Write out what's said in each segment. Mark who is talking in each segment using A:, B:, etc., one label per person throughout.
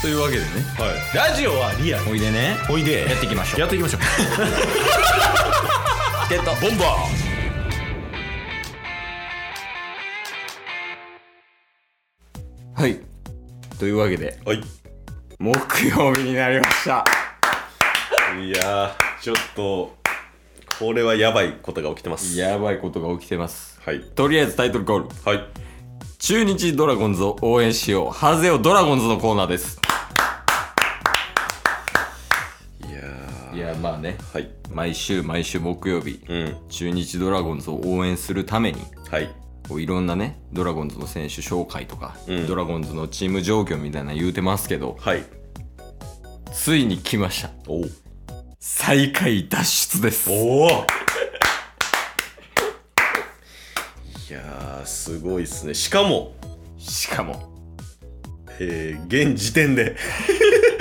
A: というわけでね
B: はい、ラジオはリアル
A: おいでね
B: おいで
A: やっていきましょう
B: やって いきましょう
A: ってた
B: ボンバ
A: はいというわけで
B: ーはい
A: 木曜日になりました
B: いやーちょっとこれはやばいことが起きてます
A: やばいことが起きてます
B: はい
A: とりあえずタイトルコール
B: はい
A: 中日ドラゴンズを応援しようハゼオドラゴンズのコーナーです
B: いやー
A: いやまあね
B: はい
A: 毎週毎週木曜日
B: うん
A: 中日ドラゴンズを応援するために
B: はい
A: こういろんなねドラゴンズの選手紹介とか、
B: うん
A: ドラゴンズのチーム状況みたいなの言うてますけど
B: はい
A: ついに来ました
B: おお
A: 最下位脱出です
B: おおいやーすごいっすねしかも、
A: しかも
B: えー、現時点で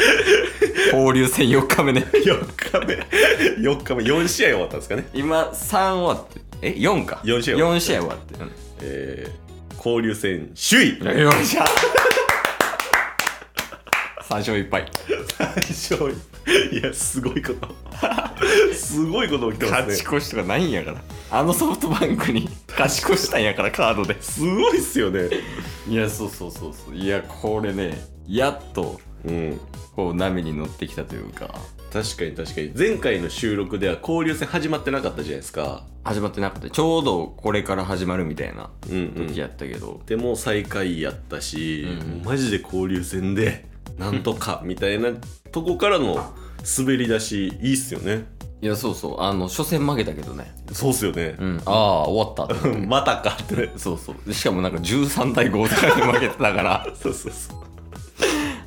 A: 交流戦4日目ね
B: 4日目4日目4試合終わったんですかね
A: 今3終わってえ4か
B: 4試合終わ
A: 4試合終わって、うん
B: えー、交流戦首 位
A: よっしゃ3勝1敗
B: 最初いやすごいこと すごいこと起きてま
A: 勝ち
B: すね
A: 越しとかないんやからあのソフトバンクに 勝ち越したんやからカードです
B: ごいっすよね
A: いやそうそうそうそういやこれねやっと
B: うん
A: こう波に乗ってきたというか
B: 確かに確かに前回の収録では交流戦始まってなかったじゃないですか
A: 始まってなくてちょうどこれから始まるみたいな
B: うんうん
A: 時やったけど、
B: でもう最下位やったし、
A: うん
B: マジで交流戦でなんとかみたいなとこからの滑り出しいいっすよね
A: いやそうそうあの初戦負けたけどね
B: そうっすよね
A: う、んああ終わったって
B: またかってね
A: そうそう でしかもなんか13対5とかで負けてたから あ
B: そうそうそう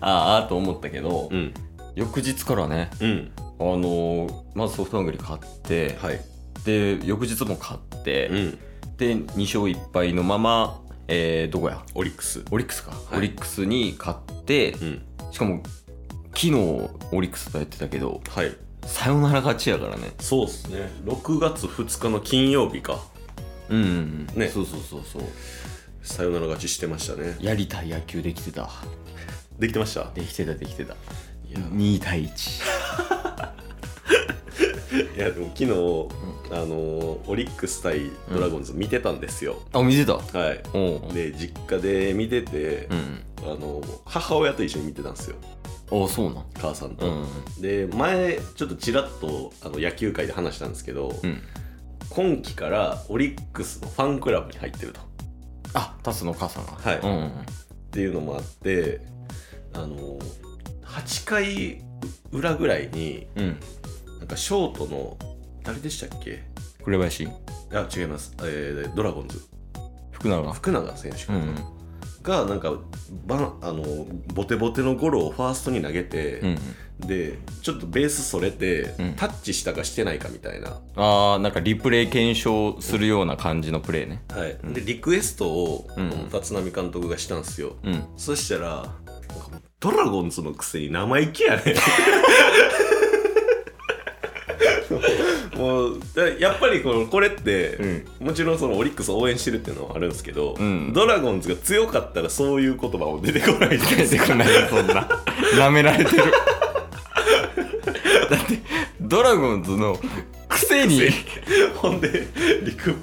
A: あああと思ったけど、
B: うん
A: 翌日からね
B: うん
A: あのーまずソフトバンクに勝って、
B: はい
A: で翌日も勝って、
B: うん
A: で2勝1敗のまま、えー、どこや
B: オリックス
A: オリックスか、
B: い
A: オリックスに勝って
B: うん
A: しかも昨日オリックスとやってたけど
B: はい
A: サヨナラ勝ちやからね
B: そうっすね6月2日の金曜日か
A: うんうん、うん
B: ね
A: そうそうそうそう
B: サヨナラ勝ちしてましたね
A: やりたい野球できてた
B: できてました
A: できてたできてた
B: いや
A: 2対1
B: いやでも昨日、あのーオリックス対ドラゴンズ見てたんですよ、
A: あ見てた
B: はい
A: おう
B: で実家で見てて、
A: うん
B: あの母親と一緒に見てたんですよ
A: あそうなん
B: 母さん
A: う
B: と、
A: ん
B: で前ちょっとちらっとあの野球界で話したんですけど、
A: うん
B: 今季からオリックスのファンクラブに入ってるとっ
A: あタスの母さんが
B: はい
A: うんうん
B: ていうのもあってあの8回裏ぐらいに
A: うん
B: なんかショートの誰でしたっけ
A: 紅林
B: あ違います、えードラゴンズ
A: 福永
B: 福永選手
A: う
B: か
A: ん
B: な、
A: うん
B: がなんかバンあのボテボテのゴロをファーストに投げて、
A: うんうん
B: でちょっとベースそれて、
A: うん
B: タッチしたかしてないかみたいな、
A: あーなんかリプレイ検証するような感じのプレーね
B: はいでリクエストを、
A: うん
B: 立浪監督がしたんですよ、
A: うん
B: そしたらなんかもうドラゴンズのくせに生意気や ねもうだやっぱりこのこれって、もちろんそのオリックスを応援してるっていうのはあるんですけど、
A: うん
B: ドラゴンズが強かったらそういう言葉も出てこないじゃないで
A: 出
B: す
A: て
B: か
A: こないよそん な舐められてるだってドラゴンズのくせに
B: ほんでリク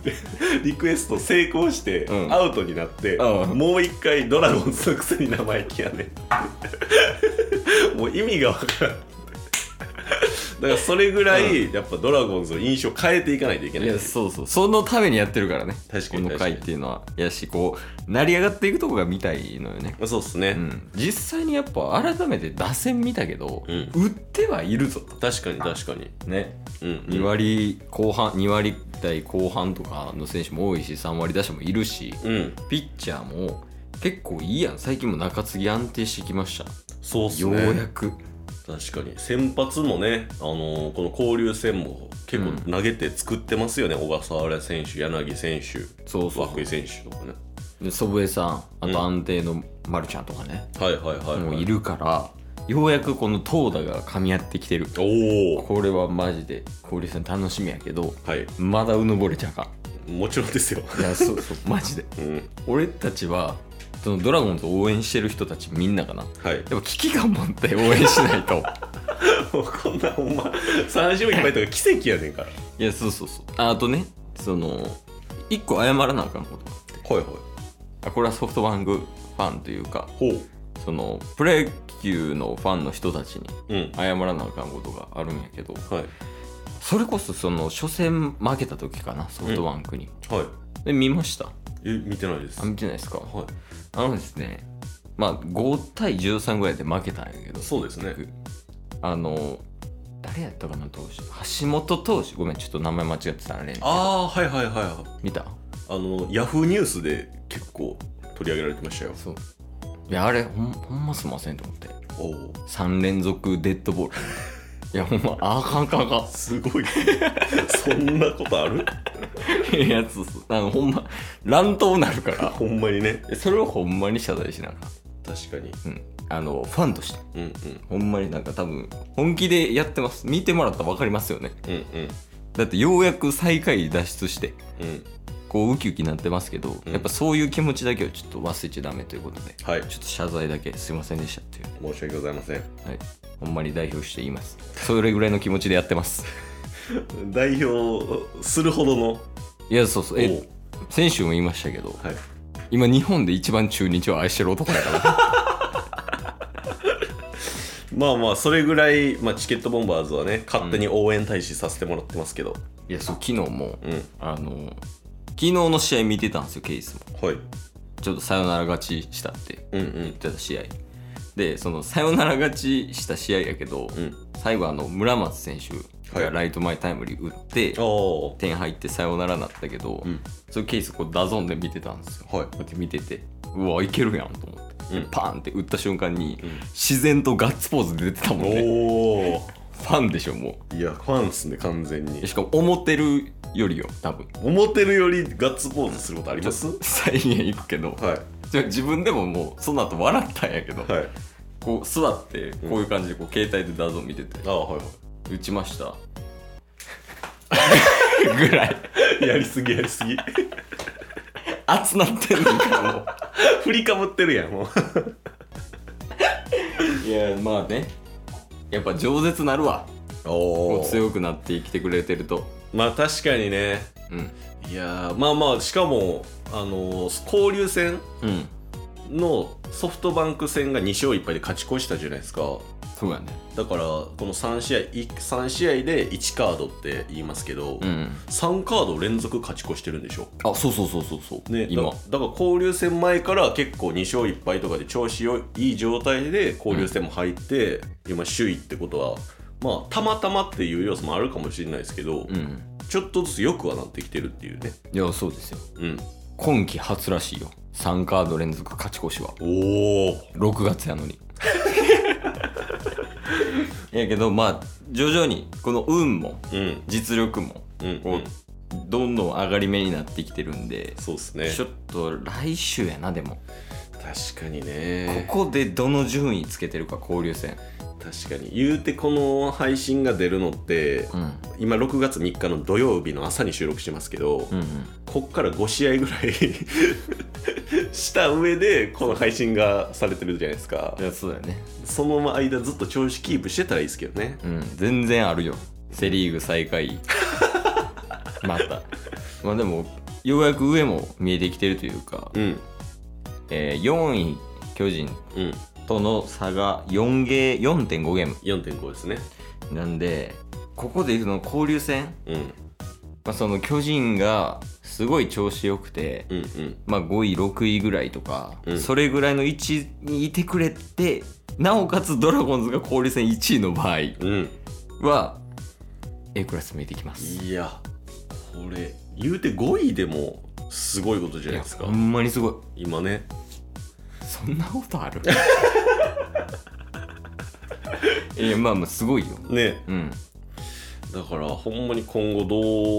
B: リクエスト成功して
A: うん
B: アウトになって、
A: うん
B: もう一回ドラゴンズのくせに生意気やねん もう意味が分からんだからそれぐらいやっぱドラゴンズの印象を変えていかないといけ
A: い
B: ない
A: やそうそうそのためにやってるからね
B: 確かに
A: この
B: 確か
A: 回
B: に
A: っていうのはやしこう成り上がっていくとこが見たいのよね
B: まあそうっすね、
A: うん実際にやっぱ改めて打線見たけど、
B: うん
A: 打ってはいるぞと
B: 確かに確かに
A: ね
B: うん
A: 2割後半2割台後半とかの選手も多いし3割打者もいるし
B: うん
A: ピッチャーも結構いいやん最近も中継ぎ安定してきました
B: そうっす
A: よう
B: ね
A: やく
B: 確かに先発もね、あのーこの交流戦も結構投げて作ってますよね、小笠原選手柳選手
A: そうそう
B: 涌井選手とかね
A: で祖父江さんあ
B: うん
A: と安定の丸ちゃんとかね、
B: はいはいはい、はい、
A: もういるからようやくこの投打が噛み合ってきてる
B: おお
A: これはマジで交流戦楽しみやけど
B: はい
A: まだうぬぼれちゃうか
B: もちろんですよ、
A: んいやそうそうマジで
B: うん、
A: 俺たちはそのドラゴンズを応援してる人たちみんなかな
B: はい
A: やっぱ危機感持って応援しないと
B: もうこんなほんま三勝1敗とか奇跡やねんから
A: いやそうそうそうああとねその一個謝らなあかんこと
B: はいはい
A: あこれはソフトバンクファンというか
B: ほう
A: そのプロ野球のファンの人たちに
B: うん
A: 謝らなあかんことがあるんやけど
B: はい
A: それこそその初戦負けた時かなソフトバンクに、
B: はい
A: で見ました
B: え見てないです
A: あ見てないですか
B: は
A: あのですねまあ5対13ぐらいで負けたんやけど
B: いそうですね
A: あの誰やったかな投手橋本投手ごめんちょっと名前間違ってたらね
B: ああはいはいはいはい
A: 見た
B: あのヤフーニュースで結構取り上げられてましたよ
A: そういやあれほんほんますんませんと思って
B: おお
A: 3連続デッド ボールいやほんまああかんあかんあかん
B: すごい そんなことある
A: いやつあのほんま乱闘なるから
B: ほんまにね
A: それをほんまに謝罪しなが
B: 確かに
A: ら、うん、あのファンとして
B: うんうん
A: ほんまになんか多分本気でやってます見てもらったら分かりますよね
B: うんうん
A: だってようやく最下位脱出して
B: うん
A: こうウキウキなってますけど、
B: うん
A: やっぱそういう気持ちだけをちょっと忘れちゃダメということで
B: はい
A: ちょっと謝罪だけすいませんでしたっていう、
B: 申し訳ございません
A: はい、ほんまに代表して言いますそれぐらいの気持ちでやってます
B: 代表するほどの
A: いやそうそう
B: お
A: え
B: う
A: 先週も言いましたけど
B: はい
A: 今日本で一番中日を愛してる男 やから
B: まあまあそれぐらい、まあ、チケットボンバーズはね勝手に応援大使させてもらってますけど
A: いやそう昨日も
B: うん、
A: あの昨日の試合見てたんですよケイスも
B: はい
A: ちょっとサヨナラ勝ちしたって
B: うんう
A: 言っ
B: ん
A: てた試合でそのサヨナラ勝ちした試合やけど、
B: うん
A: 最後あの村松選手
B: は
A: が
B: い
A: ライト前タイムリー打って、
B: ああ
A: 点入ってサヨナラなったけど、
B: うん
A: そのケースこうダゾーンで見てたんですよこ
B: はいう
A: やって見ててうわいけるやんと思って、
B: うん
A: パーンって打った瞬間に、
B: ん
A: 自然とガッツポーズ出てたもんね
B: おお
A: ファンでしょも
B: いやファンっすね完全に
A: うしかも思ってるよりよ多分
B: 思ってるよりガッツポーズすることありますは
A: 再現いくけど
B: い
A: じゃあ自分でももうその後笑ったんやけど、
B: はい
A: こう座ってこういう感じでこう携帯でダゾーン見てて
B: ああはいは
A: 打ちました ぐらい
B: い やりすぎやりすぎ
A: 熱なってんのかも
B: 振りかぶってるやんもう
A: いやまあねやっぱ饒舌なるわこ
B: お
A: う強くなって生きてくれてると
B: まあ確かにね
A: うん
B: いやーまあまあしかもあのー交流戦
A: うん
B: のソフトバンク戦が2勝1敗で勝ち越したじゃないですか
A: そうやね
B: だからこの3試合い3試合で1カードって言いますけど、
A: うん
B: 3カード連続勝ち越してるんでしょ
A: あそうそうそうそうそう
B: ね、
A: 今
B: だだから交流戦前から結構2勝1敗とかで調子よいい状態で交流戦も入って、今首位ってことはまあたまたまっていう要素もあるかもしれないですけど、
A: うん
B: ちょっとずつ良くはなってきてるっていうね
A: いやそうですよ
B: うん
A: 今季初らしいよ3カード連続勝ち越しは
B: おお
A: 6月やの にいやけどまあ徐々にこの運も
B: うん
A: 実力も
B: うん、う
A: こ
B: ん、
A: う、どんどん上がり目になってきてるんで
B: そうっすね
A: ちょっと来週やなでも
B: 確かにね
A: ここでどの順位つけてるか交流戦
B: 確かに言うてこの配信が出るのって、
A: うん
B: 今6月3日の土曜日の朝に収録してますけど、
A: うんうん
B: こっから5試合ぐらい した上でこの配信がされてるじゃないですか
A: いやそうだよね
B: その間ずっと調子キープしてたらいいですけどね
A: うん全然あるよセ・リーグ最下 位またまあでもようやく上も見えてきてるというか、
B: うん
A: えー4位巨人
B: うん
A: との差が4ゲー4.5ゲーム
B: 4.5ですね
A: なんでここでいうの交流戦、
B: うん
A: まあ、その巨人がすごい調子良くて、
B: うんうん
A: まあ、5位6位ぐらいとか、
B: うん
A: それぐらいの位置にいてくれてなおかつドラゴンズが交流戦1位の場合
B: うん
A: は A クラス見えてきます
B: いやこれ言うて5位でもすごいことじゃないですか
A: ほんまにすごい
B: 今ね
A: そんなことあ るいやまあまあすごいよ
B: ね
A: うん
B: だからほんまに今後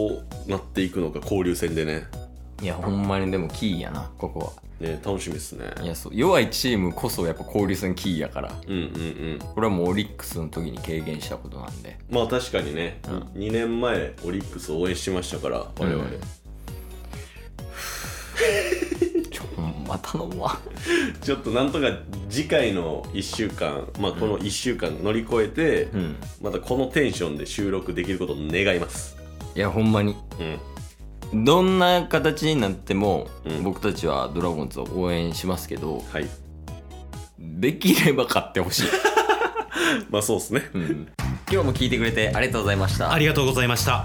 B: どうなっていくのか交流戦でね
A: いやほんまにでもキーやなここ
B: ね楽しみですね
A: はいやそう弱いチームこそやっぱ交流戦キーやから
B: うんうんうん
A: これはもうオリックスの時に経験したことなんで
B: まあ確かにね、2年前オリックスを応援してましたから我々、
A: うんちょほんまま頼むわ
B: ちょっとなんとか次回の1週間、まあ、この1週間乗り越えて、
A: うん
B: またこのテンションで収録できることを願います。
A: いやほんまに
B: うん、
A: どんな形になっても、
B: うん
A: 僕たちはドラゴンズを応援しますけど
B: はい。
A: できれば勝ってほしい、
B: まあそうですね。
A: うん、今日も聞いてくれてありがとうございました
C: ありがとうございました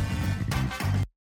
C: ます